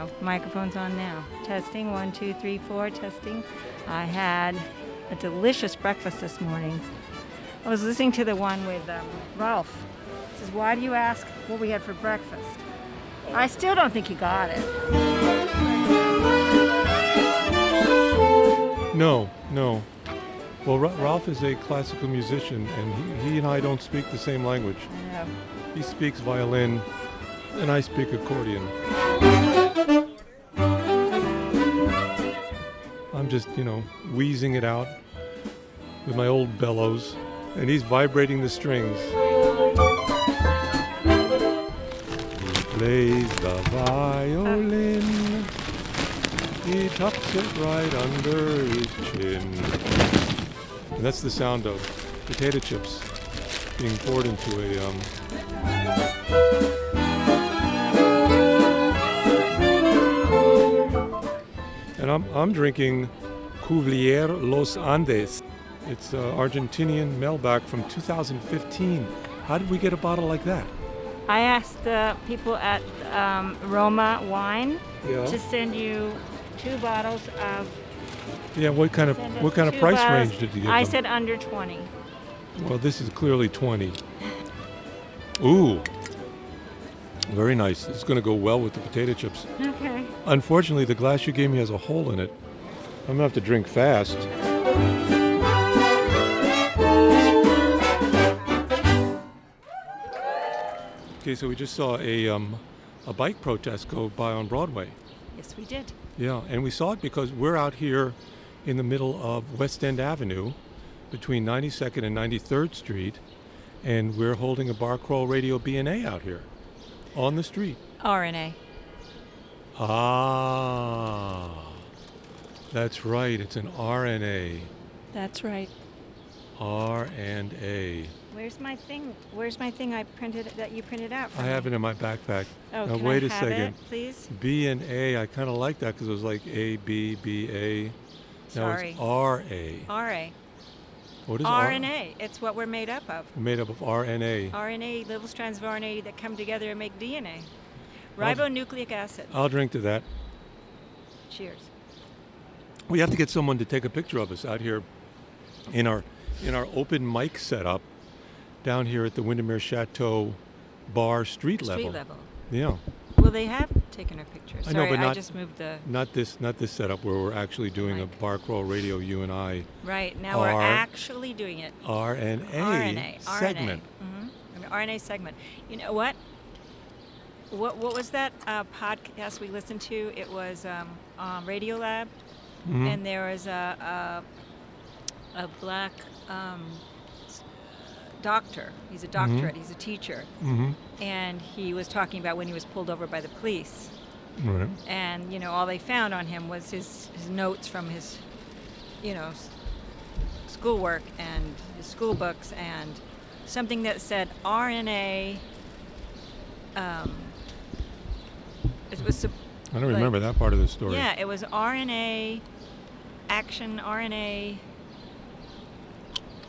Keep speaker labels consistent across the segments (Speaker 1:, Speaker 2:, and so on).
Speaker 1: Oh, microphone's on now. Testing, one, two, three, four, testing. I had a delicious breakfast this morning. I was listening to the one with um, Ralph. He says, Why do you ask what we had for breakfast? I still don't think you got it.
Speaker 2: No, no. Well, Ra- Ralph is a classical musician, and he, he and I don't speak the same language.
Speaker 1: I know.
Speaker 2: He speaks violin, and I speak accordion. I'm just, you know, wheezing it out with my old bellows, and he's vibrating the strings. He plays the violin. He tucks it right under his chin. And that's the sound of potato chips being poured into a um, And I'm, I'm drinking Cuvelier Los Andes. It's uh, Argentinian Melback from 2015. How did we get a bottle like that?
Speaker 1: I asked the people at um, Roma Wine
Speaker 2: Yeah.
Speaker 1: to send you two bottles of.
Speaker 2: yeah. What kind of
Speaker 1: send us
Speaker 2: what kind of
Speaker 1: two
Speaker 2: price
Speaker 1: bottles.
Speaker 2: range did you get?
Speaker 1: I
Speaker 2: them?
Speaker 1: said under 20.
Speaker 2: Well, this is clearly 20. Ooh. Very nice. It's going to go well with the potato chips.
Speaker 1: Okay.
Speaker 2: Unfortunately, the glass you gave me has a hole in it. I'm gonna have to drink fast. Okay, so we just saw a um, a bike protest go by on Broadway.
Speaker 1: Yes, we did.
Speaker 2: Yeah, and we saw it because we're out here in the middle of West End Avenue, between 92nd and 93rd Street, and we're holding a bar crawl radio B&A out here, on the street.
Speaker 3: RNA.
Speaker 2: Ah, that's right. It's an RNA.
Speaker 3: That's right.
Speaker 2: R and A.
Speaker 1: Where's my thing? Where's my thing I printed that you printed out? For
Speaker 2: I
Speaker 1: me?
Speaker 2: have it in my backpack.
Speaker 1: Oh,
Speaker 2: now
Speaker 1: can
Speaker 2: wait
Speaker 1: I
Speaker 2: a
Speaker 1: have
Speaker 2: second.
Speaker 1: It, please.
Speaker 2: B and A. I kind of like that because it was like A B B A. Now
Speaker 3: Sorry.
Speaker 2: it's R A.
Speaker 3: RA.
Speaker 2: What is R-
Speaker 1: RNA. It's what we're made up of.
Speaker 2: Made up of RNA.
Speaker 1: RNA, little strands of RNA that come together and make DNA.
Speaker 2: Well-
Speaker 1: Ribonucleic acid.
Speaker 2: I'll drink to that.
Speaker 1: Cheers.
Speaker 2: We have to get someone to take a picture of us out here in our in our open mic setup down here at the Windermere Chateau Bar street level.
Speaker 1: Street level.
Speaker 2: Yeah.
Speaker 1: Well, they have taken our picture.
Speaker 2: I
Speaker 1: Sorry,
Speaker 2: know, but not-
Speaker 1: just moved the.
Speaker 2: Not this, not this setup where we're actually doing a
Speaker 1: Mic.
Speaker 2: bar crawl radio. You and I
Speaker 1: Right now,
Speaker 2: R-
Speaker 1: we're actually doing it.
Speaker 2: R and A
Speaker 1: RNA.
Speaker 2: segment.
Speaker 1: RNA. hmm RNA segment. You know what? What what was that uh, podcast we listened to? It was um, um, Radio Lab, and there was a a, a black um, s- doctor. He's a doctorate. He's a teacher,
Speaker 2: hmm
Speaker 1: and he was talking about when he was pulled over by the police,
Speaker 2: Right.
Speaker 1: and you know all they found on him was his, his notes from his, you know, s- schoolwork and his school books and something that said RNA. Um, it was sup-
Speaker 2: I don't
Speaker 1: Like-
Speaker 2: remember that part of the story.
Speaker 1: yeah, it was RNA action RNA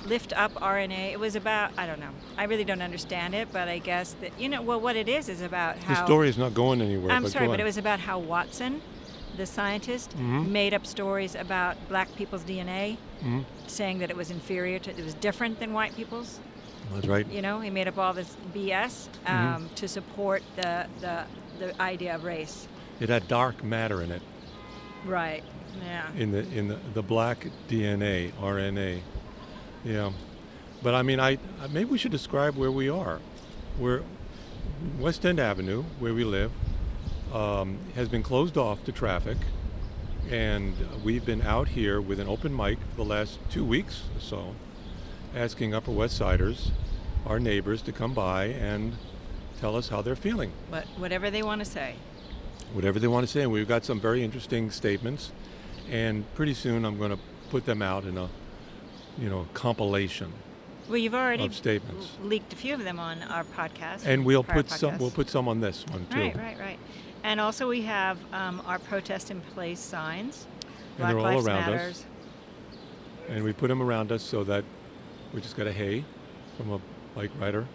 Speaker 1: lift up RNA. It was about I don't know. I really don't understand it, but I guess that you know well what it is is about how
Speaker 2: the story is not going anywhere.
Speaker 1: I'm
Speaker 2: but
Speaker 1: sorry,
Speaker 2: go
Speaker 1: but it
Speaker 2: on.
Speaker 1: was about how Watson, the scientist,
Speaker 2: Mhm.
Speaker 1: made up stories about black people's DNA,
Speaker 2: Mhm.
Speaker 1: saying that it was inferior to, it was different than white people's.
Speaker 2: That's right.
Speaker 1: You know, he made up all this BS
Speaker 2: Mm-hmm.
Speaker 1: um, to support the, the the idea of race.
Speaker 2: It had dark matter in it,
Speaker 1: Right. Yeah.
Speaker 2: in the in the, the black DNA RNA. Yeah, but I mean, I I- maybe we should describe where we are. We're West End Avenue, where we live, um, has been closed off to traffic, and we've been out here with an open mic for the last two weeks or so, asking Upper West Siders, our neighbors, to come by and tell us how they're feeling
Speaker 1: What, whatever they want to say.
Speaker 2: whatever they want to say. And we've got some very interesting statements, and pretty soon I'm going to put them out in a, you know, compilation
Speaker 1: Well, you've already
Speaker 2: of statements.
Speaker 1: leaked a few of them on our podcast.
Speaker 2: And we'll
Speaker 1: prior
Speaker 2: put some.
Speaker 1: podcast.
Speaker 2: We'll put some on this one too.
Speaker 1: Right, right, right. And also, we have um, our protest in place signs.
Speaker 2: And they're
Speaker 1: Black
Speaker 2: all
Speaker 1: Lives
Speaker 2: around us.
Speaker 1: Matters.
Speaker 2: And we put them around us so that we just got
Speaker 1: Mm-hmm.
Speaker 2: a hey from a bike rider.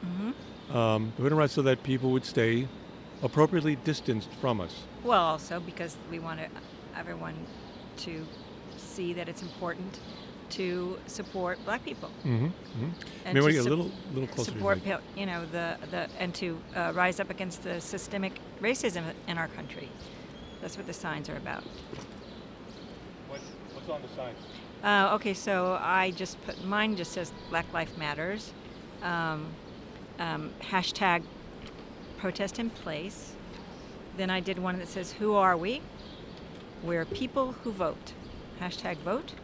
Speaker 2: Um, we put them around so that people would stay appropriately distanced from us.
Speaker 1: Well, also because we want to- everyone to see that it's important to support Black people
Speaker 2: Mm-hmm. hmm
Speaker 1: and
Speaker 2: Maybe
Speaker 1: to
Speaker 2: we get a
Speaker 1: sup-
Speaker 2: little, little closer. to your
Speaker 1: support,
Speaker 2: mic.
Speaker 1: pal- you know, the the and to uh, rise up against the systemic racism in our country. That's what the signs are about.
Speaker 2: What's, what's on the signs?
Speaker 1: Uh, okay, so I just put mine. Just says Black Life Matters. Um, um, hashtag protest in place. Then I did one that says Who are we? We're people who vote. Hashtag vote.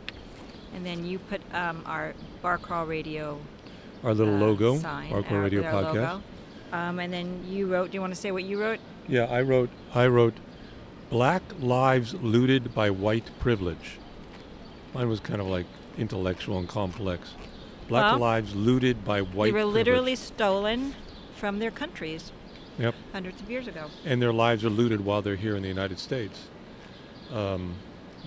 Speaker 1: And then you put um, our Bar Crawl Radio
Speaker 2: Our little
Speaker 1: uh,
Speaker 2: logo,
Speaker 1: sign,
Speaker 2: Barco
Speaker 1: uh,
Speaker 2: Radio
Speaker 1: with our
Speaker 2: Podcast.
Speaker 1: logo. Um, and then you wrote. Do you want to say what you wrote?
Speaker 2: Yeah, I wrote. I wrote, "Black lives looted by white privilege." Mine was kind of like intellectual and complex. Black
Speaker 1: Well,
Speaker 2: lives looted by white.
Speaker 1: they were
Speaker 2: privilege.
Speaker 1: literally stolen from their countries
Speaker 2: Yep,
Speaker 1: hundreds of years ago.
Speaker 2: and their lives are looted while they're here in the United States, um,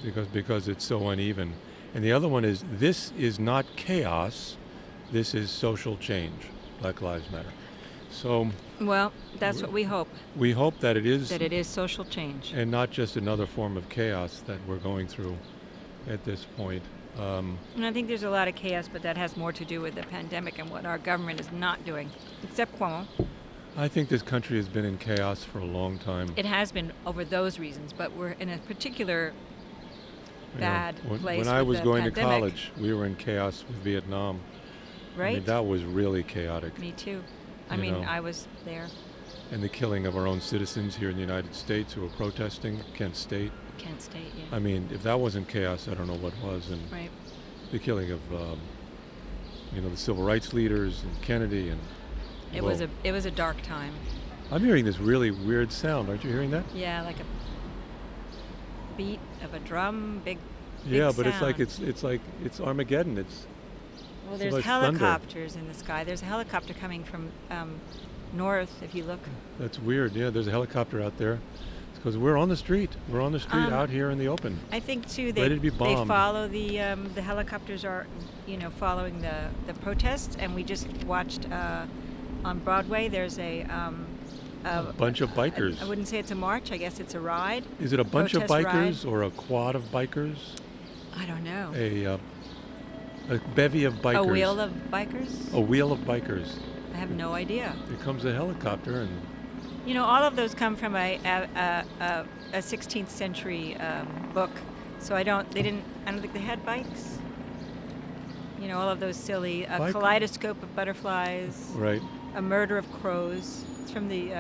Speaker 2: because because it's so uneven. And the other one is, "This is not chaos, this is social change." Black Lives Matter. So
Speaker 1: Well, that's what we hope
Speaker 2: we hope that it is
Speaker 1: that it is social change.
Speaker 2: and not just another form of chaos that we're going through at this point. Um,
Speaker 1: And I think there's a lot of chaos, but that has more to do with the pandemic and what our government is not doing, except Cuomo.
Speaker 2: I think this country has been in chaos for a long time.
Speaker 1: It has been over those reasons, but we're in a particular
Speaker 2: You know,
Speaker 1: bad
Speaker 2: when,
Speaker 1: place.
Speaker 2: When I
Speaker 1: with
Speaker 2: was
Speaker 1: the
Speaker 2: going to
Speaker 1: pandemic,
Speaker 2: college, we were in chaos with Vietnam.
Speaker 1: right?
Speaker 2: I mean, that was really chaotic.
Speaker 1: Me too. I
Speaker 2: You
Speaker 1: mean,
Speaker 2: know.
Speaker 1: I was there.
Speaker 2: And the killing of our own citizens here in the United States who were protesting Kent State.
Speaker 1: Kent State, yeah.
Speaker 2: I mean, if that wasn't chaos, I don't know what was. And
Speaker 1: right.
Speaker 2: the killing of, um, you know, the civil rights leaders and Kennedy and.
Speaker 1: It was
Speaker 2: whoa.
Speaker 1: a it was a dark time.
Speaker 2: I'm hearing this really weird sound. Aren't you hearing that?
Speaker 1: Yeah, like a beat of a drum, big. big
Speaker 2: Yeah, but it's like
Speaker 1: sound.
Speaker 2: it's it's like it's Armageddon. It's
Speaker 1: Well,
Speaker 2: it's
Speaker 1: there's
Speaker 2: like thunder.
Speaker 1: helicopters in the sky. There's a helicopter coming from um, north. If you look,
Speaker 2: that's weird. Yeah, there's a helicopter out there because we're on the street. We're on the street
Speaker 1: Um,
Speaker 2: out here in the open.
Speaker 1: I think too they
Speaker 2: Ready to be
Speaker 1: they
Speaker 2: bombed.
Speaker 1: follow the um, the helicopters are you know following the the protests. And we just watched uh, on Broadway. There's a um,
Speaker 2: A bunch of
Speaker 1: I-
Speaker 2: bikers.
Speaker 1: I, wouldn't say it's a march. I guess it's a ride.
Speaker 2: Is it a bunch of
Speaker 1: protest ride.
Speaker 2: bikers or a quad of bikers?
Speaker 1: I don't know.
Speaker 2: A uh, a bevy of bikers. Oh.
Speaker 1: A wheel of bikers.
Speaker 2: a wheel of bikers.
Speaker 1: I have no idea.
Speaker 2: Here comes a helicopter and
Speaker 1: You know, all of those come from a a, a, a, a 16th century um, book, so I don't. They didn't. I don't think they had bikes. You know, all of those silly a
Speaker 2: Bike-
Speaker 1: kaleidoscope of butterflies,
Speaker 2: right.
Speaker 1: a murder of crows. It's from the. Uh,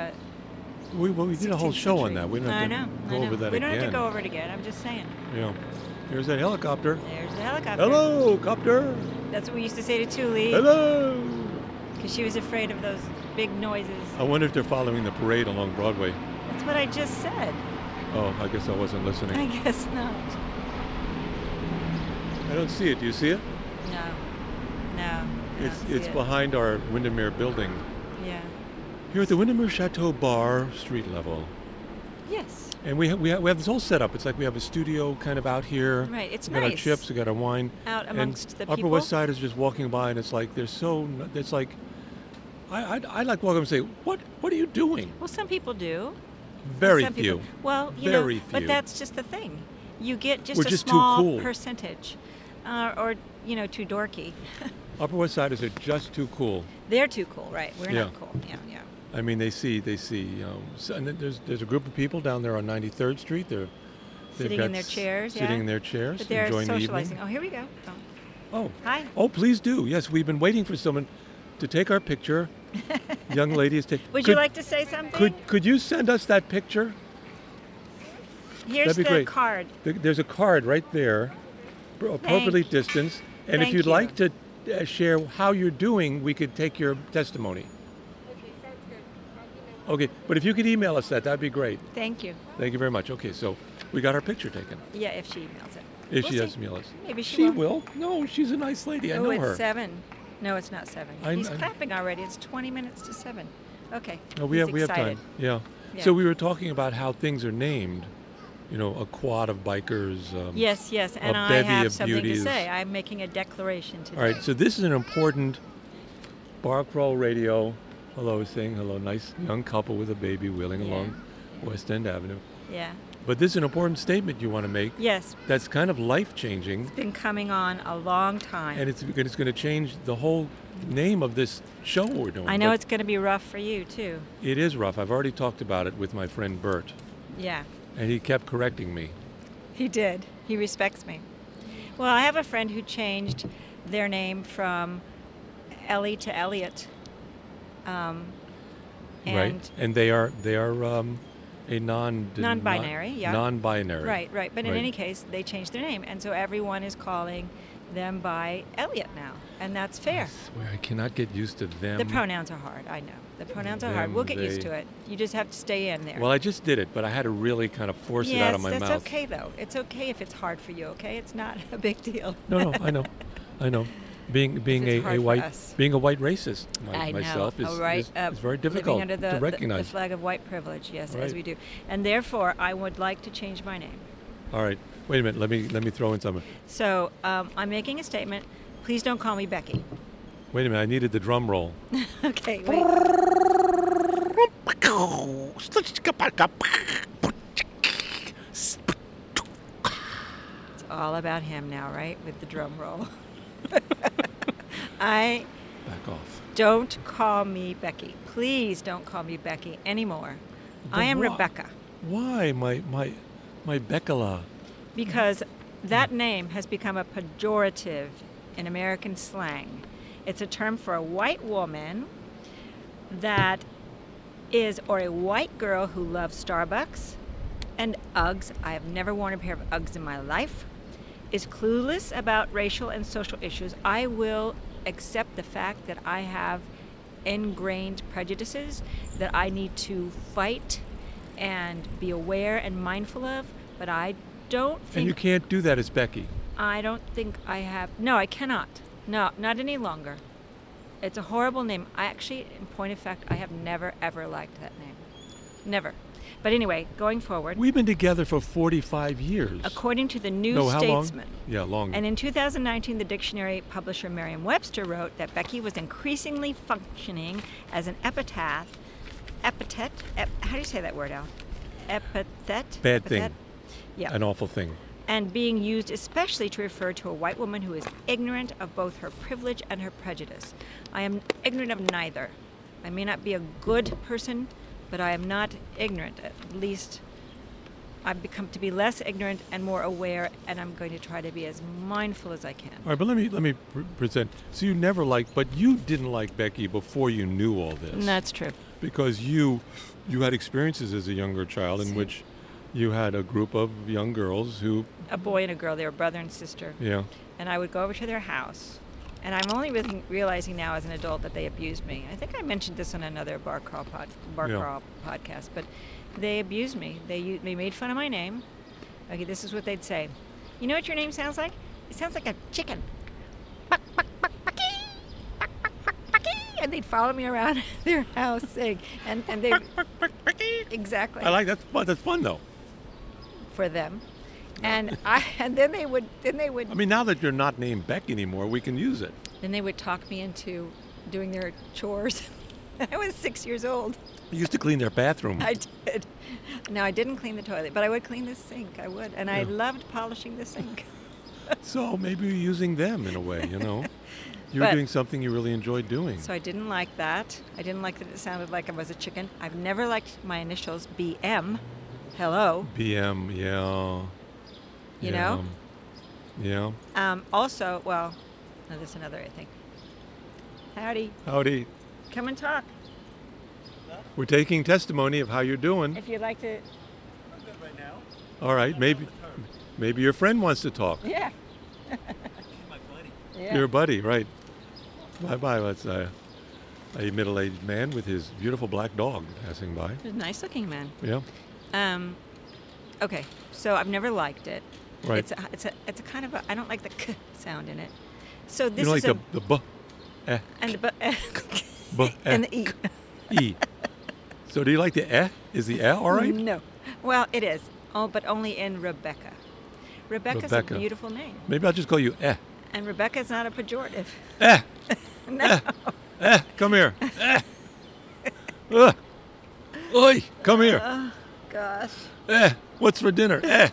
Speaker 2: We well, we did a whole
Speaker 1: 16th
Speaker 2: show on
Speaker 1: century.
Speaker 2: that. We don't
Speaker 1: I
Speaker 2: have to
Speaker 1: know,
Speaker 2: go
Speaker 1: I know.
Speaker 2: over that
Speaker 1: We
Speaker 2: again.
Speaker 1: don't have to go over it again. I'm just saying.
Speaker 2: Yeah. There's that helicopter.
Speaker 1: There's the helicopter.
Speaker 2: Hello, copter.
Speaker 1: That's what we used to say to Tuli,
Speaker 2: Hello.
Speaker 1: because she was afraid of those big noises.
Speaker 2: I wonder if they're following the parade along Broadway.
Speaker 1: That's what I just said.
Speaker 2: Oh, I guess I wasn't listening.
Speaker 1: I guess not.
Speaker 2: I don't see it. Do you see it?
Speaker 1: No, no. I
Speaker 2: It's
Speaker 1: don't see
Speaker 2: it's
Speaker 1: it.
Speaker 2: behind our Windermere building.
Speaker 1: Yeah.
Speaker 2: Here at the Windermere Chateau Bar, street level,
Speaker 1: Yes.
Speaker 2: and we ha- we, ha- we have this whole setup. It's like we have a studio kind of out here.
Speaker 1: Right, it's
Speaker 2: we got our
Speaker 1: nice.
Speaker 2: chips. We got our wine.
Speaker 1: Out
Speaker 2: and
Speaker 1: amongst the
Speaker 2: Upper
Speaker 1: people.
Speaker 2: West Siders just walking by, and it's like they're so. n- It's like, I I I like to walk up and say, what What are you doing?
Speaker 1: Well, some people do.
Speaker 2: Very
Speaker 1: Some
Speaker 2: few.
Speaker 1: people- well, you
Speaker 2: Very
Speaker 1: know, but
Speaker 2: few.
Speaker 1: that's just the thing. You get just
Speaker 2: We're
Speaker 1: a
Speaker 2: just too
Speaker 1: small
Speaker 2: cool.
Speaker 1: percentage, uh, or you know, too dorky.
Speaker 2: Upper West Siders are just too cool.
Speaker 1: They're too cool, right? We're
Speaker 2: Yeah.
Speaker 1: not cool. Yeah, yeah.
Speaker 2: I mean, they see, they see. Um, so, and then there's there's a group of people down there on 93rd Street. They're they've
Speaker 1: Sitting
Speaker 2: got
Speaker 1: in their
Speaker 2: s-
Speaker 1: chairs,
Speaker 2: sitting
Speaker 1: yeah.
Speaker 2: in their chairs,
Speaker 1: But they're
Speaker 2: enjoying
Speaker 1: socializing.
Speaker 2: the
Speaker 1: Oh, here we go. Oh,
Speaker 2: evening. Oh,
Speaker 1: hi.
Speaker 2: oh, please do. Yes, we've been waiting for someone to take our picture. Young lady is taking.
Speaker 1: Would
Speaker 2: could,
Speaker 1: you like to say something?
Speaker 2: Could could you send us that picture?
Speaker 1: Here's
Speaker 2: that'd be
Speaker 1: the
Speaker 2: great.
Speaker 1: card.
Speaker 2: Th- There's a card right there, pr- appropriately distanced. And if
Speaker 1: Thank
Speaker 2: you'd
Speaker 1: you.
Speaker 2: like to uh, share how you're doing, we could take your testimony. Okay, but if you could email us that, that'd be great.
Speaker 1: Thank you.
Speaker 2: Thank you very much. Okay, so we got our picture taken.
Speaker 1: Yeah, if she emails it. We'll
Speaker 2: If she
Speaker 1: see.
Speaker 2: does email us.
Speaker 1: Maybe she
Speaker 2: will. No, she's a nice lady. I
Speaker 1: oh,
Speaker 2: know
Speaker 1: it's
Speaker 2: her.
Speaker 1: seven. No, it's not seven.
Speaker 2: I-
Speaker 1: He's
Speaker 2: I-
Speaker 1: clapping already. It's 20 minutes to seven. Okay.
Speaker 2: No, we
Speaker 1: He's
Speaker 2: have we have
Speaker 1: excited.
Speaker 2: time. Yeah.
Speaker 1: Yeah.
Speaker 2: So we were talking about how things are named. You know, a quad of bikers. Um,
Speaker 1: Yes, yes, and I
Speaker 2: bevy
Speaker 1: have
Speaker 2: of
Speaker 1: something
Speaker 2: beauties.
Speaker 1: to say. I'm making a declaration today.
Speaker 2: All right. So this is an important bar crawl radio hello, saying hello. Nice young couple with a baby wheeling
Speaker 1: Yeah.
Speaker 2: along West End Avenue.
Speaker 1: Yeah.
Speaker 2: But this is an important statement you want to make
Speaker 1: Yes.
Speaker 2: that's kind of life changing,
Speaker 1: Been coming on a long time.
Speaker 2: and it's, it's going to change the whole name of this show we're doing.
Speaker 1: I know
Speaker 2: but
Speaker 1: it's going to be rough for you too.
Speaker 2: It is rough. I've already talked about it with my friend Bert,
Speaker 1: Yeah.
Speaker 2: and he kept correcting me.
Speaker 1: He did. He respects me. Well, I have a friend who changed their name from Ellie to Elliot. Um, and
Speaker 2: right? And they are they are um, a non
Speaker 1: Non-binary, yeah.
Speaker 2: non-binary.
Speaker 1: right, right. But in
Speaker 2: Right.
Speaker 1: any case, they changed their name, and so everyone is calling them by Elliot now, and that's fair.
Speaker 2: I swear, I cannot get used to them.
Speaker 1: The pronouns are hard. I know. The pronouns are hard. We'll
Speaker 2: Them,
Speaker 1: get used
Speaker 2: they-
Speaker 1: to it. You just have to stay in there.
Speaker 2: Well, I just did it, but I had to really kind of force
Speaker 1: yes,
Speaker 2: it out of my
Speaker 1: that's
Speaker 2: mouth.
Speaker 1: okay though. It's okay if it's hard for you. Okay, it's not a big deal.
Speaker 2: No, no, I know, I know. Being being
Speaker 1: it's
Speaker 2: a,
Speaker 1: hard
Speaker 2: a
Speaker 1: for
Speaker 2: white
Speaker 1: us.
Speaker 2: being a white racist my,
Speaker 1: I know.
Speaker 2: myself is,
Speaker 1: all right,
Speaker 2: is,
Speaker 1: uh,
Speaker 2: is very
Speaker 1: living
Speaker 2: difficult
Speaker 1: under the,
Speaker 2: to
Speaker 1: the- The,
Speaker 2: recognize.
Speaker 1: flag of white privilege, yes,
Speaker 2: Right.
Speaker 1: as we do, and therefore I would like to change my name.
Speaker 2: All right, wait a minute. Let me let me throw in something.
Speaker 1: So um, I'm making a statement. Please don't call me Becky.
Speaker 2: Wait a minute. I needed the drum roll.
Speaker 1: okay, wait. It's all about him now, right? With the drum roll. I
Speaker 2: Back off.
Speaker 1: don't call me Becky. Please don't call me Becky anymore. I
Speaker 2: But
Speaker 1: am
Speaker 2: why-
Speaker 1: Rebecca
Speaker 2: Why my my my Beckala?
Speaker 1: because that name has become a pejorative in American slang. It's a term for a white woman that is, or a white girl who loves Starbucks and Uggs. I have never worn a pair of Uggs in my life. Is clueless about racial and social issues. I will accept the fact that I have ingrained prejudices that I need to fight and be aware and mindful of, but I don't
Speaker 2: And
Speaker 1: think
Speaker 2: you can't do that as Becky.
Speaker 1: I don't think I have. No, I cannot. No, not any longer. It's a horrible name. I actually, in point of fact, I have never ever liked that name. Never. But anyway, going forward,
Speaker 2: We've been together for 45 years.
Speaker 1: according to the New
Speaker 2: no, how
Speaker 1: Statesman,
Speaker 2: long? Yeah, long.
Speaker 1: and in 2019, the dictionary publisher Merriam Webster wrote that Becky was increasingly functioning as an epitaph. Epithet? Ep, how do you say that word, Al? Epithet? epithet?
Speaker 2: Bad thing.
Speaker 1: Yeah
Speaker 2: An awful thing.
Speaker 1: and being used especially to refer to a white woman who is ignorant of both her privilege and her prejudice. I am ignorant of neither. I may not be a good person, but I am not ignorant. At least I've become to be less ignorant and more aware, and I'm going to try to be as mindful as I
Speaker 2: All
Speaker 1: can.
Speaker 2: right, but let me let me pr- present. So you never liked, but you didn't like Becky before you knew all this,
Speaker 1: true.
Speaker 2: because you you had experiences as a younger child in
Speaker 1: See.
Speaker 2: which you had a group of young girls who,
Speaker 1: A boy and a girl, they were brother and sister.
Speaker 2: yeah,
Speaker 1: and I would go over to their house. And I'm only really realizing now as an adult that they abused me. I think I mentioned this on another bar crawl, pod, bar
Speaker 2: Yeah.
Speaker 1: crawl podcast, but they abused me. They u- they made fun of my name. Okay, this is what they'd say. You know what your name sounds like? It sounds like a chicken. Buck, buck, buck, bucky. Buck, buck, buck, bucky. And they'd follow me around their house saying, and, and they exactly
Speaker 2: I like that's fun. That's fun though.
Speaker 1: for them. And I and then they would then they would
Speaker 2: I mean, now that you're not named Beck anymore, we can use it.
Speaker 1: Then they would talk me into doing their chores. I was six years old.
Speaker 2: You used to clean their bathroom.
Speaker 1: I did. No, I didn't clean the toilet, but I would clean the sink. I would. And I
Speaker 2: Yeah.
Speaker 1: loved polishing the sink.
Speaker 2: so maybe you're using them in a way, you know. You were
Speaker 1: But-
Speaker 2: doing something you really enjoyed doing.
Speaker 1: So I didn't like that. I didn't like that it sounded like I was a chicken. I've never liked my initials BM. Hello.
Speaker 2: BM, yeah.
Speaker 1: You
Speaker 2: yeah.
Speaker 1: know?
Speaker 2: Yeah.
Speaker 1: Um, also, well, no, that's another thing. Howdy.
Speaker 2: Howdy.
Speaker 1: Come and talk
Speaker 2: We're taking testimony of how you're doing.
Speaker 1: if you'd like to.
Speaker 2: All right, maybe maybe your friend wants to talk.
Speaker 1: Yeah. yeah.
Speaker 2: Your buddy, right? Bye bye. That's a, a middle-aged man with his beautiful black dog passing by.
Speaker 1: He's a nice looking man.
Speaker 2: Yeah.
Speaker 1: Um, okay, so I've never liked it.
Speaker 2: Right.
Speaker 1: It's a, it's a, it's a kind of a, I don't like the k sound in it. So
Speaker 2: You
Speaker 1: this
Speaker 2: know, like
Speaker 1: is
Speaker 2: the
Speaker 1: a,
Speaker 2: the b, eh,
Speaker 1: and the, bu-
Speaker 2: b, eh,
Speaker 1: and the e.
Speaker 2: e. So do you like the eh? Is the eh all right?
Speaker 1: No. Well, it is. Oh, but only in Rebecca. Rebecca's
Speaker 2: Rebecca.
Speaker 1: a beautiful name,
Speaker 2: Maybe I'll just call you eh.
Speaker 1: and Rebecca's not a pejorative.
Speaker 2: Eh,
Speaker 1: no.
Speaker 2: eh, come here. Ugh. Oi, come here.
Speaker 1: Gosh.
Speaker 2: Eh, what's for dinner? Eh.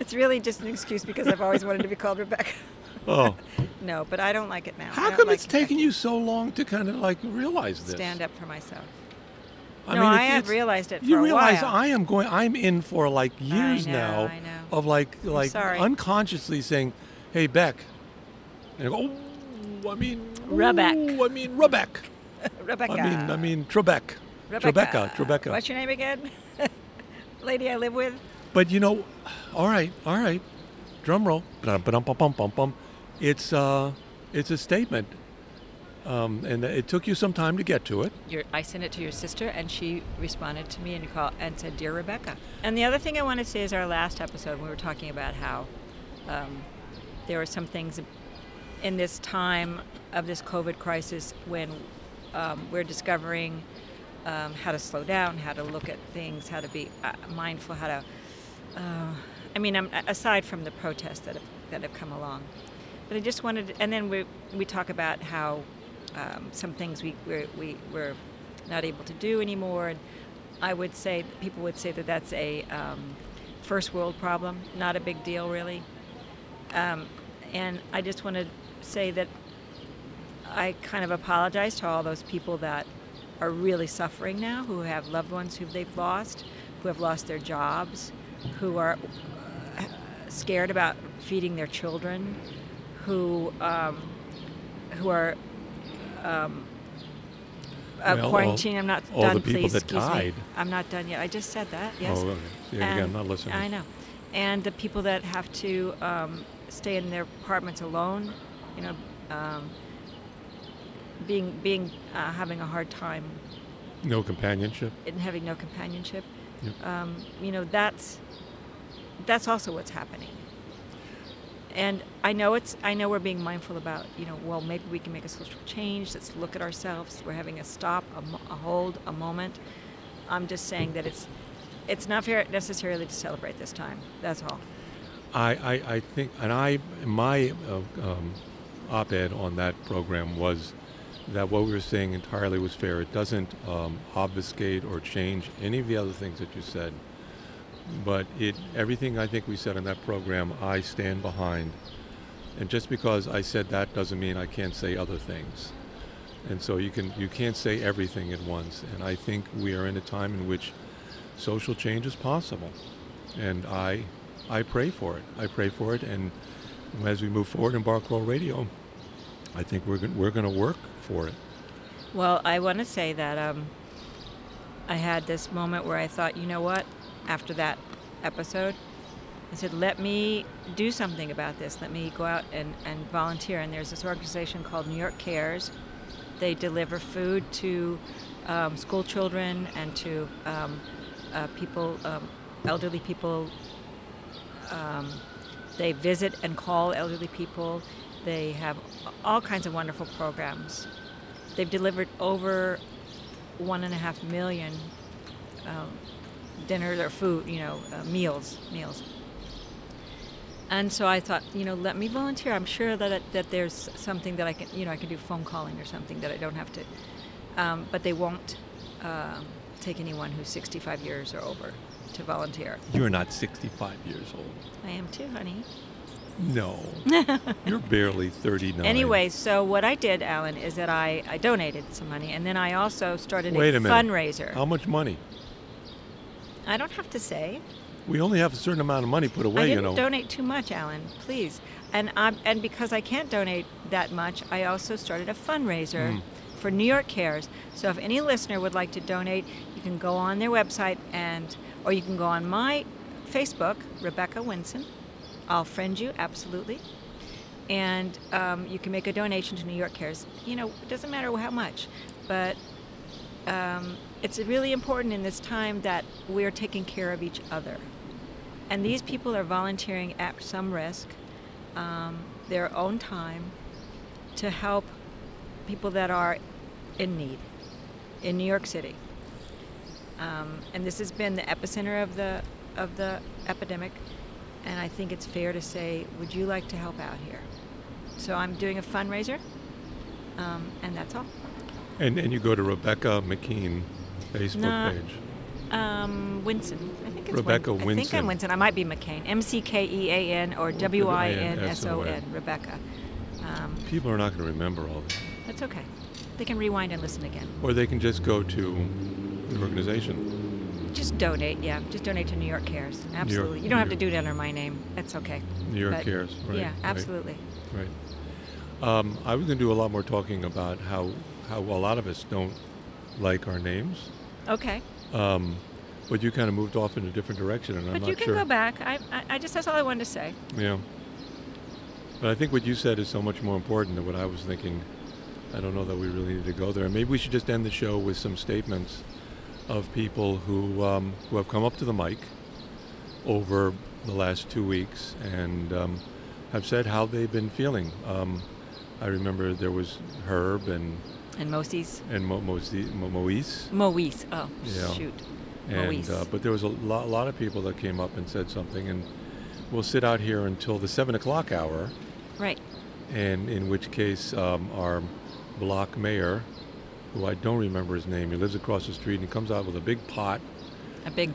Speaker 1: It's really just an excuse because I've always wanted to be called Rebecca.
Speaker 2: Oh,
Speaker 1: No, but I don't like it now. I
Speaker 2: how
Speaker 1: don't
Speaker 2: come
Speaker 1: like
Speaker 2: it's taking you so long to kind of like realize this?
Speaker 1: stand up for myself.
Speaker 2: I
Speaker 1: no,
Speaker 2: mean,
Speaker 1: I
Speaker 2: it's-
Speaker 1: have
Speaker 2: it's-
Speaker 1: realized it for
Speaker 2: You
Speaker 1: a
Speaker 2: realize
Speaker 1: while.
Speaker 2: I am going. I'm in for like years
Speaker 1: know,
Speaker 2: now
Speaker 1: I know.
Speaker 2: of like like
Speaker 1: sorry.
Speaker 2: unconsciously saying, "Hey, Beck," and I go, "Oh, I mean,
Speaker 1: Rebeck.
Speaker 2: ooh, I mean, Rebeck.
Speaker 1: Rebecca.
Speaker 2: I mean, I mean, Trebek.
Speaker 1: Rebecca.
Speaker 2: Trebecca. Trebecca.
Speaker 1: What's your name again? Lady I live with.
Speaker 2: But you know, all right, all right. Drum roll. Bum, ba-dum, bum, bum, bum, bum. It's uh, it's a statement, um, and it took you some time to get to it.
Speaker 1: Your, I sent it to your sister, and she responded to me and call and said, "Dear Rebecca." And the other thing I want to say is our last episode, we were talking about how um, there were some things in this time of this COVID crisis when um, we're discovering um, how to slow down, how to look at things, how to be uh, mindful, how to. Uh, I mean, um, aside from the protests that have, that have come along, but I just wanted, and then we we talk about how um, some things we we're, we we're not able to do anymore, and I would say people would say that that's a um, first world problem, not a big deal really. Um, and I just want to say that I kind of apologize to all those people that are really suffering now, who have loved ones who they've lost, who have lost their jobs, who are uh, scared about feeding their children, who um, who are um, uh,
Speaker 2: Well, all-
Speaker 1: quarantined. I'm not
Speaker 2: all the
Speaker 1: done.
Speaker 2: people
Speaker 1: please
Speaker 2: that
Speaker 1: excuse
Speaker 2: died.
Speaker 1: me. I'm not done yet. I just said that. Yes.
Speaker 2: Oh, okay. Yeah, again,
Speaker 1: And-
Speaker 2: not listening.
Speaker 1: I know. And the people that have to um, stay in their apartments alone, you know, um, being being uh, having a hard time
Speaker 2: No companionship.
Speaker 1: and having no companionship.
Speaker 2: Yep.
Speaker 1: Um, you know, that's that's also what's happening. And I know it's I know we're being mindful about you know well maybe we can make a social change. Let's look at ourselves. We're having a stop, a, mo- a hold, a moment. I'm just saying that it's it's not fair necessarily to celebrate this time. That's all.
Speaker 2: I, I, I think, and I, my uh, um, op-ed on that program was that what we were saying entirely was fair. It doesn't um, obfuscate or change any of the other things that you said, but it everything I think we said in that program, I stand behind. And just because I said that doesn't mean I can't say other things. And so you can you can't say everything at once. And I think we are in a time in which social change is possible and I, I pray for it. I pray for it, and as we move forward in Barclaw Radio, I think we're gon- we're going to work for it.
Speaker 1: Well, I want to say that um, I had this moment where I thought, you know what? After that episode, I said, let me do something about this. Let me go out and, and volunteer. And there's this organization called New York Cares. They deliver food to um, school children and to um, uh, people, um, elderly people. Um, they visit and call elderly people. They have all kinds of wonderful programs. They've delivered over one and a half million um, dinners or food, you know, uh, meals, meals. And so I thought, you know, let me volunteer. I'm sure that it, that there's something that I can, you know, I can do phone calling or something that I don't have to. Um, but they won't um, take anyone who's 65 years or over to volunteer.
Speaker 2: You're not 65 years old.
Speaker 1: I am too, honey.
Speaker 2: No, you're barely 39.
Speaker 1: Anyway, so what I did, Alan, is that I, I donated some money, and then I also started
Speaker 2: wait a minute.
Speaker 1: fundraiser.
Speaker 2: How much money?
Speaker 1: I don't have to say.
Speaker 2: We only have a certain amount of money put
Speaker 1: I
Speaker 2: away.
Speaker 1: didn't
Speaker 2: you know.
Speaker 1: donate too much, Alan. Please, and i and because I can't donate that much, I also started a fundraiser
Speaker 2: Mm.
Speaker 1: for New York Cares. So if any listener would like to donate, you can go on their website and or you can go on my Facebook, Rebecca Winson. I'll friend you absolutely, and um, you can make a donation to New York Cares. You know, it doesn't matter how much, but um, it's really important in this time that we're taking care of each other. And these people are volunteering at some risk, um, their own time, to help people that are in need in New York City. Um, and this has been the epicenter of the of the epidemic. And I think it's fair to say, would you like to help out here? So I'm doing a fundraiser, um, and that's all.
Speaker 2: And and you go to Rebecca McKean Facebook
Speaker 1: No,
Speaker 2: page.
Speaker 1: Um, Winson. I think it's
Speaker 2: Rebecca
Speaker 1: Win- I think I'm
Speaker 2: Winson. Oh,
Speaker 1: Winson. I might be McCain. M C K E A N or W I N S O N.
Speaker 2: W-I-N-S-O-N.
Speaker 1: Rebecca. Um,
Speaker 2: People are not going to remember all this,
Speaker 1: that's okay. They can rewind and listen again.
Speaker 2: or they can just go to the organization.
Speaker 1: Just donate, yeah. Just donate to New York Cares. Absolutely. you don't have to do it under my name. That's okay.
Speaker 2: New York
Speaker 1: But-
Speaker 2: Cares, right?
Speaker 1: Yeah,
Speaker 2: right,
Speaker 1: absolutely.
Speaker 2: Right. Um, I was going to do a lot more talking about how how a lot of us don't like our names,
Speaker 1: Okay.
Speaker 2: um, but you kind of moved off in a different direction, and I'm
Speaker 1: but
Speaker 2: not
Speaker 1: you can
Speaker 2: sure.
Speaker 1: go back. I, I, I just, that's all I wanted to say.
Speaker 2: Yeah. But I think what you said is so much more important than what I was thinking. I don't know that we really need to go there. And maybe we should just end the show with some statements of people who um, who have come up to the mic over the last two weeks and um, have said how they've been feeling. Um, I remember there was Herb and
Speaker 1: And Moe's.
Speaker 2: and Mo- Moise, Mo- Moise
Speaker 1: Moe's. Oh,
Speaker 2: Yeah.
Speaker 1: shoot.
Speaker 2: and
Speaker 1: Moise.
Speaker 2: uh, but there was a lot, lot of people that came up and said something. And we'll sit out here until the seven o'clock hour.
Speaker 1: right.
Speaker 2: and in which case um, our block mayor, who I don't remember his name, he lives across the street and he comes out with a big pot
Speaker 1: A big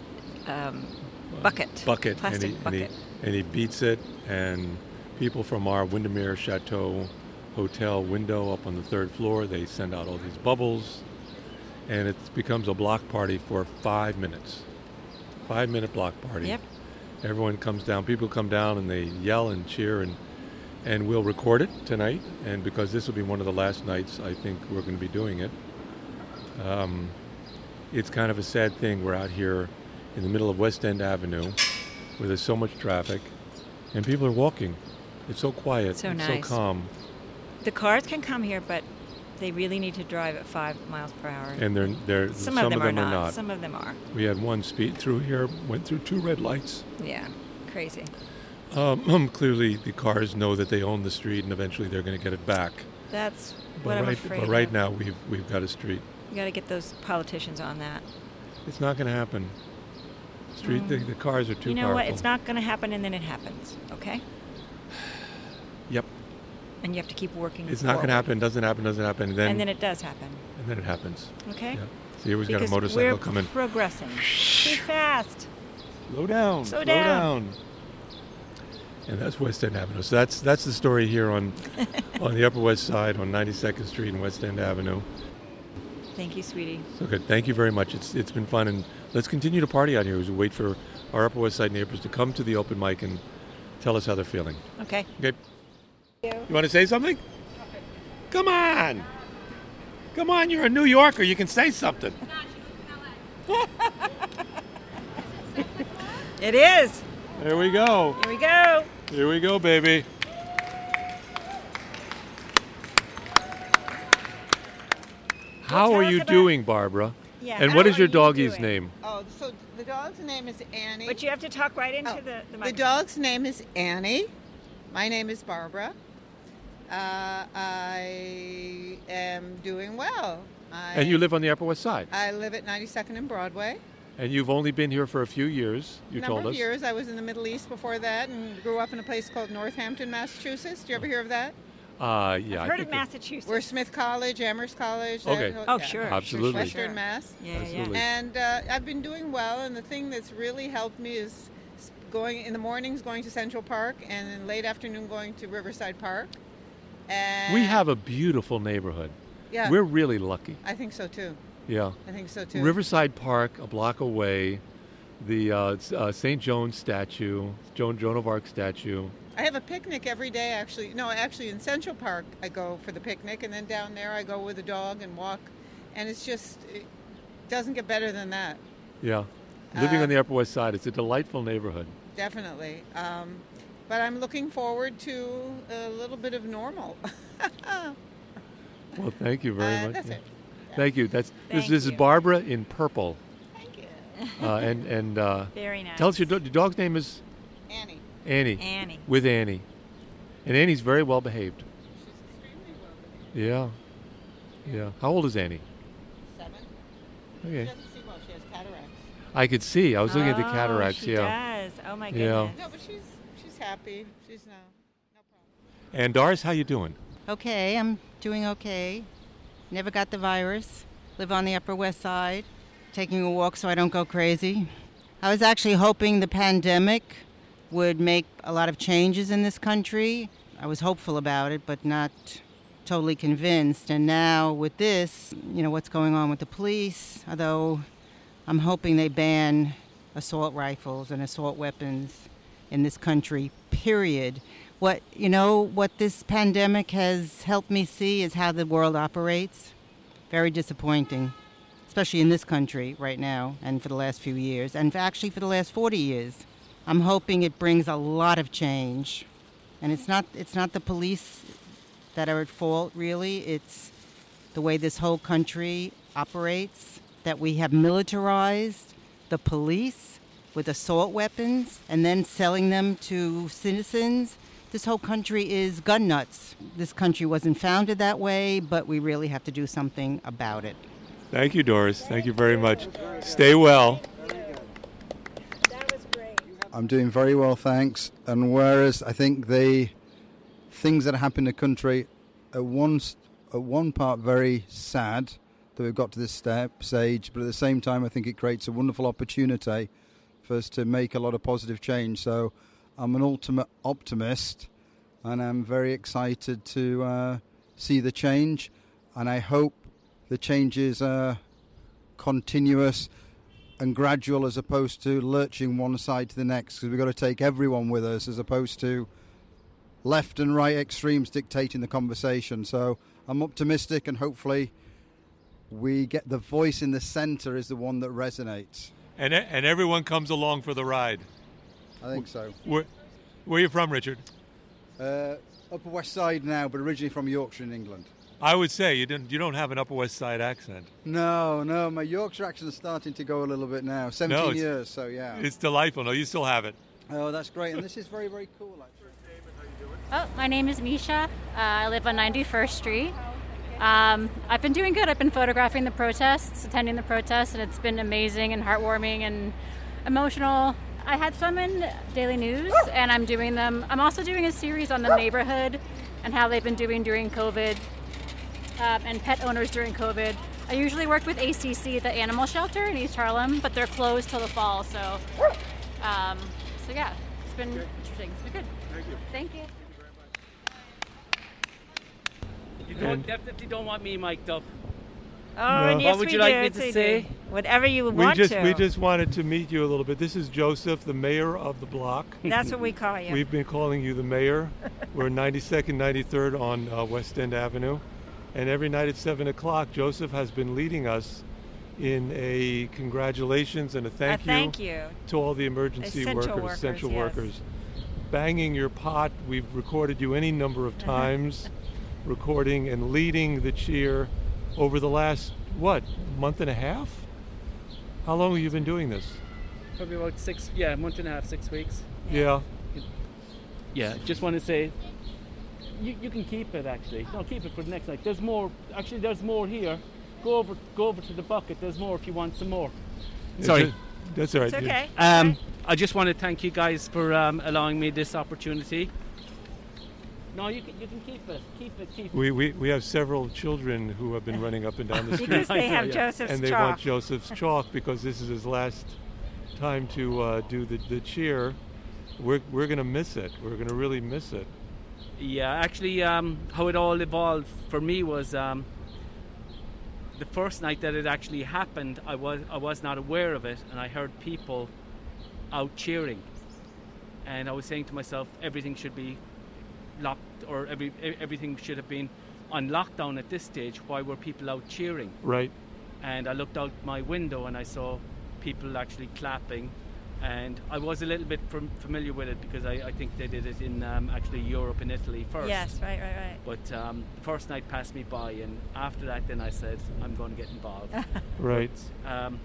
Speaker 1: um, bucket.
Speaker 2: bucket,
Speaker 1: Plastic
Speaker 2: and, he,
Speaker 1: bucket.
Speaker 2: and he and he beats it, and people from our Windermere Chateau hotel window up on the third floor, they send out all these bubbles, and it becomes a block party for five minutes, five minute block party.
Speaker 1: Yep.
Speaker 2: Everyone comes down. People come down and they yell and cheer and. And we'll record it tonight, and because this will be one of the last nights, I think we're going to be doing it Um, it's kind of a sad thing. We're out here in the middle of West End Avenue where there's so much traffic and people are walking. It's so quiet,
Speaker 1: So
Speaker 2: it's
Speaker 1: nice.
Speaker 2: so calm,
Speaker 1: The cars can come here, but they really need to drive at five miles per hour.
Speaker 2: and they're, they're,
Speaker 1: some, of them, are, not. Some of them are.
Speaker 2: we had one speed through here, went through two red lights.
Speaker 1: Yeah. Crazy.
Speaker 2: Um, clearly, the cars know that they own the street and eventually they're going to get it back.
Speaker 1: That's
Speaker 2: But
Speaker 1: what I'm
Speaker 2: right,
Speaker 1: afraid
Speaker 2: but right
Speaker 1: of.
Speaker 2: now, we've, we've got a street.
Speaker 1: You got to get those politicians on that.
Speaker 2: It's not going to happen. Street, the, the cars are too
Speaker 1: Mm. you know
Speaker 2: powerful.
Speaker 1: what? It's not going to happen, and then it happens. Okay.
Speaker 2: Yep.
Speaker 1: And you have to keep working.
Speaker 2: It's not
Speaker 1: forward.
Speaker 2: going to happen. Doesn't happen. Doesn't happen. And then,
Speaker 1: and then it does happen.
Speaker 2: and then it happens.
Speaker 1: Okay.
Speaker 2: Yeah. See, here we've got a
Speaker 1: Because
Speaker 2: motorcycle
Speaker 1: we're
Speaker 2: coming.
Speaker 1: progressing. Too fast.
Speaker 2: Slow down.
Speaker 1: Slow slow down.
Speaker 2: And that's West End Avenue. So that's that's the story here on on the Upper West Side on 92nd Street and West End Avenue.
Speaker 1: Thank you, sweetie.
Speaker 2: So good. Thank you very much. It's it's been fun, and let's continue to party out here as we wait for our Upper West Side neighbors to come to the open mic and tell us how they're feeling.
Speaker 1: Okay.
Speaker 2: Okay. You want to say something? Come on. Come on, you're a New Yorker. You can say something.
Speaker 1: It is.
Speaker 2: There we go.
Speaker 1: Here we go.
Speaker 2: Here we go, baby. How
Speaker 1: tell
Speaker 2: are
Speaker 1: us
Speaker 2: you
Speaker 1: about-
Speaker 2: doing, Barbara?
Speaker 1: Yeah.
Speaker 2: And
Speaker 1: how
Speaker 2: what is
Speaker 1: are
Speaker 2: your
Speaker 1: you
Speaker 2: doggie's
Speaker 1: doing?
Speaker 2: name?
Speaker 3: Oh, so the dog's name is Annie.
Speaker 1: But you have to talk right into
Speaker 3: Oh,
Speaker 1: the the
Speaker 3: the
Speaker 1: microphone.
Speaker 3: dog's name is Annie. My name is Barbara. Uh, I am doing well. I,
Speaker 2: And you live on the Upper West Side.
Speaker 3: I live at 92nd and Broadway.
Speaker 2: And you've only been here for a few years, you
Speaker 3: Number
Speaker 2: told
Speaker 3: of
Speaker 2: us.
Speaker 3: years. I was in the Middle East before that, and grew up in a place called Northampton, Massachusetts. Do you ever hear of that?
Speaker 2: Uh, yeah, I
Speaker 1: I've heard
Speaker 2: think
Speaker 1: of
Speaker 2: it-
Speaker 1: Massachusetts.
Speaker 3: Where Smith College, Amherst College.
Speaker 2: Okay.
Speaker 3: that-
Speaker 1: Oh,
Speaker 3: yeah.
Speaker 1: sure.
Speaker 2: Absolutely.
Speaker 1: Sure, sure, sure.
Speaker 3: Western Mass.
Speaker 1: Yeah,
Speaker 2: Absolutely.
Speaker 3: And uh, I've been doing well, and the thing that's really helped me is s- going in the mornings, going to Central Park, and in late afternoon, going to Riverside Park. And
Speaker 2: We have a beautiful neighborhood.
Speaker 3: Yeah.
Speaker 2: We're really lucky.
Speaker 3: I think so too.
Speaker 2: Yeah.
Speaker 3: I think so too.
Speaker 2: Riverside Park, a block away, the uh, s- uh, St. Joan statue, Joan Joan of Arc statue.
Speaker 3: I have a picnic every day, actually. No, actually, in Central Park, I go for the picnic, and then down there, I go with a dog and walk. And it's just, it doesn't get better than that.
Speaker 2: Yeah. Living
Speaker 3: Uh,
Speaker 2: on the Upper West Side, it's a delightful neighborhood.
Speaker 3: Definitely. Um, but I'm looking forward to a little bit of normal.
Speaker 2: Well, thank you very
Speaker 3: Uh,
Speaker 2: much.
Speaker 3: that's it.
Speaker 2: Thank you. That's this,
Speaker 1: Thank
Speaker 2: this is
Speaker 1: you.
Speaker 2: Barbara in purple,
Speaker 3: Thank you.
Speaker 2: uh, and and uh,
Speaker 1: Very nice.
Speaker 2: tell us your, do- your dog's name is
Speaker 3: Annie.
Speaker 2: Annie.
Speaker 1: Annie.
Speaker 2: With Annie, and Annie's very well behaved.
Speaker 3: She's extremely well
Speaker 2: Yeah, yeah. How old is Annie?
Speaker 3: Seven. She
Speaker 2: Okay,
Speaker 3: doesn't see well. She has cataracts.
Speaker 2: I could see. I was looking at the
Speaker 1: Oh,
Speaker 2: cataracts.
Speaker 1: she
Speaker 2: yeah.
Speaker 1: Does. Oh my
Speaker 2: Yeah.
Speaker 1: goodness.
Speaker 3: No, but she's she's happy. She's no no problem.
Speaker 2: And Doris, how you doing?
Speaker 4: Okay, I'm doing okay. Never got the virus. Live on the Upper West Side, taking a walk so I don't go crazy. I was actually hoping the pandemic would make a lot of changes in this country. I was hopeful about it, but not totally convinced. And now with this, you know, what's going on with the police, although I'm hoping they ban assault rifles and assault weapons in this country, period. What, you know, what this pandemic has helped me see is how the world operates. Very disappointing, especially in this country right now and for the last few years, and actually for the last 40 years. I'm hoping it brings a lot of change. And it's not, it's not the police that are at fault, really. It's the way this whole country operates, that we have militarized the police with assault weapons and then selling them to citizens. This whole country is gun nuts. This country wasn't founded that way, but we really have to do something about it.
Speaker 2: Thank you, Doris. Thank you very much. Stay well.
Speaker 1: That was great.
Speaker 5: I'm doing very well, thanks. And whereas I think the things that happen in the country are one, at one part very sad that we've got to this step stage, but at the same time, I think it creates a wonderful opportunity for us to make a lot of positive change. So I'm an ultimate optimist, and I'm very excited to uh, see the change, and I hope the changes are continuous and gradual as opposed to lurching one side to the next because we've got to take everyone with us as opposed to left and right extremes dictating the conversation. So I'm optimistic and hopefully we get the voice in the center is the one that resonates.
Speaker 2: And, and everyone comes along for the ride.
Speaker 5: I think so.
Speaker 2: Where, where you from, Richard?
Speaker 5: Uh, Upper West Side now, but originally from Yorkshire in England.
Speaker 2: I would say you didn't. You don't have an Upper West Side accent.
Speaker 5: No, no, my Yorkshire accent is starting to go a little bit now. 17
Speaker 2: it's-
Speaker 5: years, so yeah.
Speaker 2: It's delightful. No, you still have it.
Speaker 5: Oh, that's great. And this is very, very cool, actually.
Speaker 6: Oh, my name is Nisha. Uh, I live on 91st Street. Um, I've been doing good. I've been photographing the protests, attending the protests, and it's been amazing and heartwarming and emotional. I had some in Daily News, and I'm doing them. I'm also doing a series on the neighborhood and how they've been doing during COVID um, and pet owners during COVID. I usually work with ACC, the animal shelter in East Harlem, but they're closed till the fall. So, um, so yeah, it's been interesting. It's been good. Thank you. Thank you.
Speaker 7: You don't definitely don't want me mic'd up.
Speaker 1: Oh, and yes,
Speaker 7: What would
Speaker 1: we
Speaker 7: you like
Speaker 1: do,
Speaker 7: me
Speaker 1: yes,
Speaker 7: to
Speaker 1: we do.
Speaker 7: say?
Speaker 1: Whatever you
Speaker 2: We
Speaker 1: want
Speaker 2: just
Speaker 1: to.
Speaker 2: we just wanted to meet you a little bit. This is Joseph, the mayor of the block.
Speaker 1: That's what we call you.
Speaker 2: We've been calling you the mayor. We're 92nd, 93rd on uh, West End Avenue, and every night at seven o'clock, Joseph has been leading us in a congratulations and a
Speaker 1: I
Speaker 2: thank you.
Speaker 1: Uh, thank you.
Speaker 2: to all the emergency
Speaker 1: Essential
Speaker 2: workers,
Speaker 1: workers,
Speaker 2: essential
Speaker 1: yes.
Speaker 2: workers. Banging your pot, we've recorded you any number
Speaker 1: Uh-huh.
Speaker 2: of times, recording and leading the cheer over the last, what, month and a half? How long have you been doing this?
Speaker 7: Probably about six, yeah, a month and a half, six weeks.
Speaker 2: Yeah.
Speaker 7: Yeah, just want to say, you, you can keep it actually. No, keep it for the next night. There's more. Actually, there's more here. Go over, go over to the bucket. There's more if you want some more.
Speaker 2: Is
Speaker 7: Sorry.
Speaker 2: it- That's all right.
Speaker 1: It's okay.
Speaker 7: Um, I just want to thank you guys for um, allowing me this opportunity. No, you can, you can keep it. Keep it. Keep it.
Speaker 2: We, we, we have several children who have been running up and down the street
Speaker 1: Because they have
Speaker 7: Yeah.
Speaker 1: Joseph's
Speaker 2: and they
Speaker 1: chalk.
Speaker 2: want Joseph's chalk because this is his last time to uh, do the, the cheer. We're, we're going to miss it. We're going to really miss it.
Speaker 7: Yeah, actually, um, how it all evolved for me was um, the first night that it actually happened. I was I was not aware of it, and I heard people out cheering, and I was saying to myself, everything should be locked, or every e- everything should have been on lockdown at this stage. Why were people out cheering?
Speaker 2: Right.
Speaker 7: and I looked out my window and I saw people actually clapping. And I was a little bit fam- familiar with it because I, I think they did it in um, actually Europe and Italy first.
Speaker 1: Yes, right, right, right.
Speaker 7: But um, the first night passed me by, and after that, then I said, I'm going to get involved.
Speaker 2: Right.
Speaker 7: um,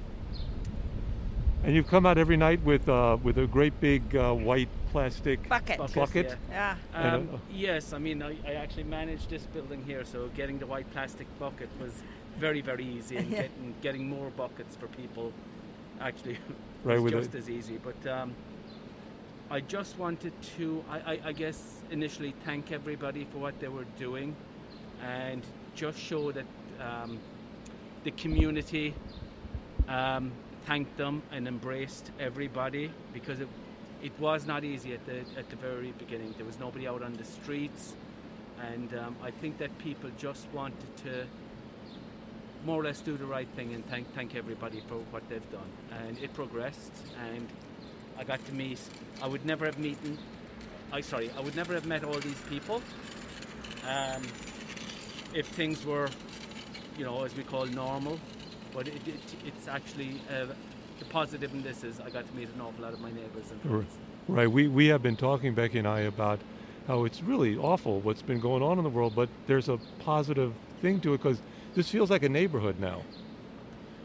Speaker 2: And you've come out every night with uh, with a great big uh, white plastic.
Speaker 1: Bucket.
Speaker 7: buckets,
Speaker 2: Bucket?
Speaker 7: yeah.
Speaker 1: Yeah.
Speaker 2: I
Speaker 7: Um,
Speaker 2: don't know.
Speaker 7: yes, I mean, I, I actually managed this building here, so getting the white plastic bucket was very, very easy, and
Speaker 1: Yeah.
Speaker 7: getting, getting more buckets for people actually
Speaker 2: Right,
Speaker 7: was
Speaker 2: with
Speaker 7: just
Speaker 2: it.
Speaker 7: as easy. But um, I just wanted to, I, I, I guess, initially thank everybody for what they were doing and just show that um, the community um, thanked them and embraced everybody because it, it was not easy at the, at the very beginning. There was nobody out on the streets, and um, I think that people just wanted to more or less do the right thing and thank, thank everybody for what they've done. And it progressed, and I got to meet, I would never have meeting, I sorry, I would never have met all these people um, if things were, you know, as we call normal. But it, it, it's actually uh, the positive in this is I got to meet an awful lot of my neighbours and
Speaker 2: R-
Speaker 7: friends.
Speaker 2: Right. We we have been talking Becky and I about how it's really awful what's been going on in the world, but there's a positive thing to it because this feels like a neighborhood now.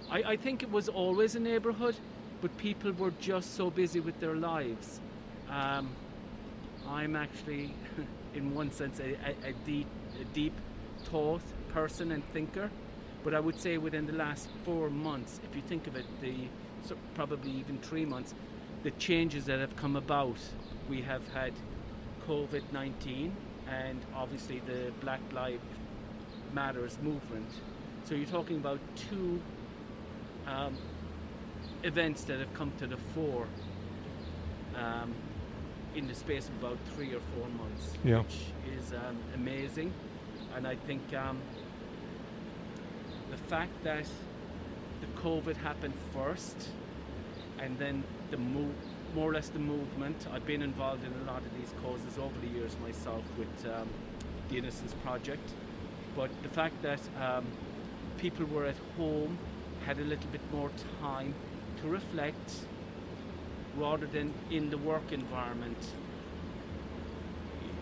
Speaker 7: I, I think it was always a neighborhood, but people were just so busy with their lives. Um, I'm actually, in one sense, a, a, a deep, a deep thought person and thinker. But I would say within the last four months, if you think of it, the so probably even three months, the changes that have come about. We have had COVID-19 and obviously the Black Lives Matters movement. So you're talking about two um, events that have come to the fore um, in the space of about three or four months,
Speaker 2: Yeah.
Speaker 7: which is um, amazing. And I think um, the fact that the COVID happened first, and then the move, more or less the movement. I've been involved in a lot of these causes over the years myself with um, the Innocence Project, but the fact that um, people were at home, had a little bit more time to reflect, rather than in the work environment.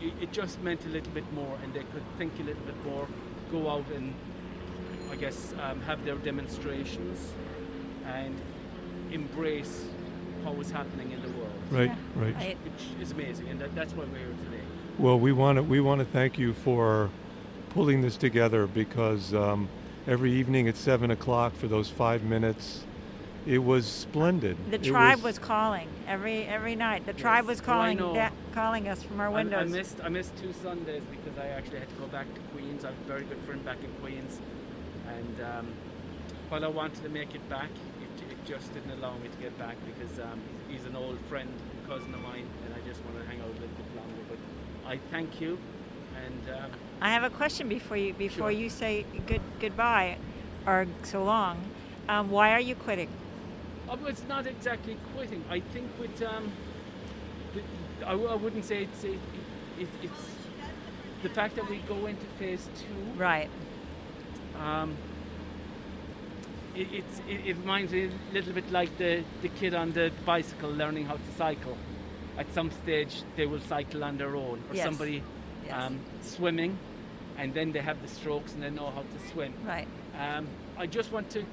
Speaker 7: i- It just meant a little bit more, and they could think a little bit more, go out and, I guess, um, have their demonstrations, and embrace what was happening in the world.
Speaker 2: Right. Right.
Speaker 1: I,
Speaker 7: Which is amazing, and that, that's why we're here today.
Speaker 2: Well, we want to we want to thank you for pulling this together because um, every evening at seven o'clock for those five minutes, it was splendid.
Speaker 1: the
Speaker 2: It
Speaker 1: tribe was, calling every every night. The tribe was
Speaker 7: Oh, I
Speaker 1: calling
Speaker 7: know.
Speaker 1: that, calling us from our
Speaker 7: I- I,
Speaker 1: windows.
Speaker 7: missed I missed two Sundays because I actually had to go back to Queens. I have a very good friend back in Queens, and um, while I wanted to make it back, it, it just didn't allow me to get back because um, he's an old friend, and cousin of mine, and I just want to hang out a little bit longer. But I thank you, and um,
Speaker 1: I have a question before you before
Speaker 7: Sure.
Speaker 1: you say good goodbye or so long. Um, why are you quitting?
Speaker 7: Oh, but it's not exactly quitting. I think with um, with, I, w- I wouldn't say it's it, it, it's the fact that we go into phase two.
Speaker 1: Right.
Speaker 7: Um, it, it's it, it reminds me a little bit like the the kid on the bicycle learning how to cycle. At some stage, they will cycle on their own, or
Speaker 1: Yes.
Speaker 7: somebody
Speaker 1: Yes.
Speaker 7: um, swimming, and then they have the strokes and they know how to swim.
Speaker 1: Right.
Speaker 7: Um, I just want to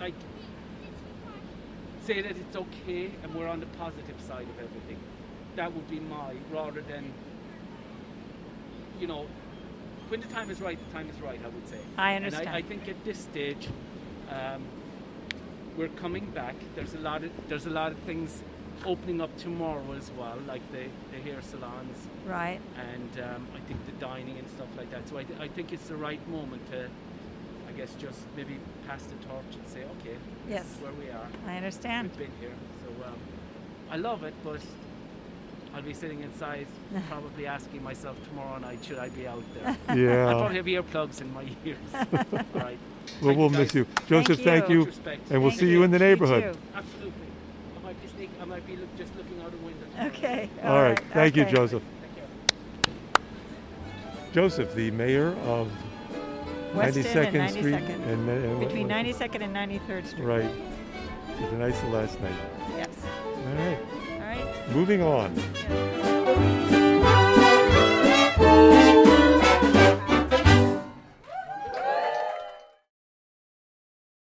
Speaker 7: like say that it's okay and we're on the positive side of everything. That would be my rather than you know when the time is right, the time is right. I would say.
Speaker 1: I
Speaker 7: And I, I
Speaker 1: understand.
Speaker 7: think at this stage, um, we're coming back. There's a lot of there's a lot of things opening up tomorrow as well, like the the hair salons
Speaker 1: Right.
Speaker 7: and um, I think the dining and stuff like that. So I, th- I think it's the right moment to, I guess, just maybe pass the torch and say, okay,
Speaker 1: Yes.
Speaker 7: this is where we are.
Speaker 1: I understand.
Speaker 7: We've been here, so um, I love it, but I'll be sitting inside, probably asking myself tomorrow night, should I be out there? I
Speaker 2: Yeah.
Speaker 7: probably have earplugs in my ears. All
Speaker 2: Well,
Speaker 7: right. Thank
Speaker 2: we'll
Speaker 7: you
Speaker 2: miss
Speaker 7: guys.
Speaker 2: you, Joseph. Thank
Speaker 1: you.
Speaker 2: you,
Speaker 7: Much respect.
Speaker 2: and we'll
Speaker 1: Thank
Speaker 2: see you in the neighborhood.
Speaker 1: too.
Speaker 7: Absolutely. I might be sneak. I might be look, just looking out a window. tomorrow.
Speaker 1: Okay.
Speaker 2: All right. Thank you,
Speaker 1: okay.
Speaker 2: Joseph.
Speaker 7: Take care.
Speaker 2: Joseph, the mayor of
Speaker 1: Weston
Speaker 2: 92nd
Speaker 1: and
Speaker 2: Street
Speaker 1: 92nd.
Speaker 2: and, and
Speaker 1: Between 92nd and 93rd Street.
Speaker 2: Right. It's a nice last night.
Speaker 1: Yes.
Speaker 2: All right.
Speaker 1: All right.
Speaker 2: Moving on.
Speaker 1: Yes.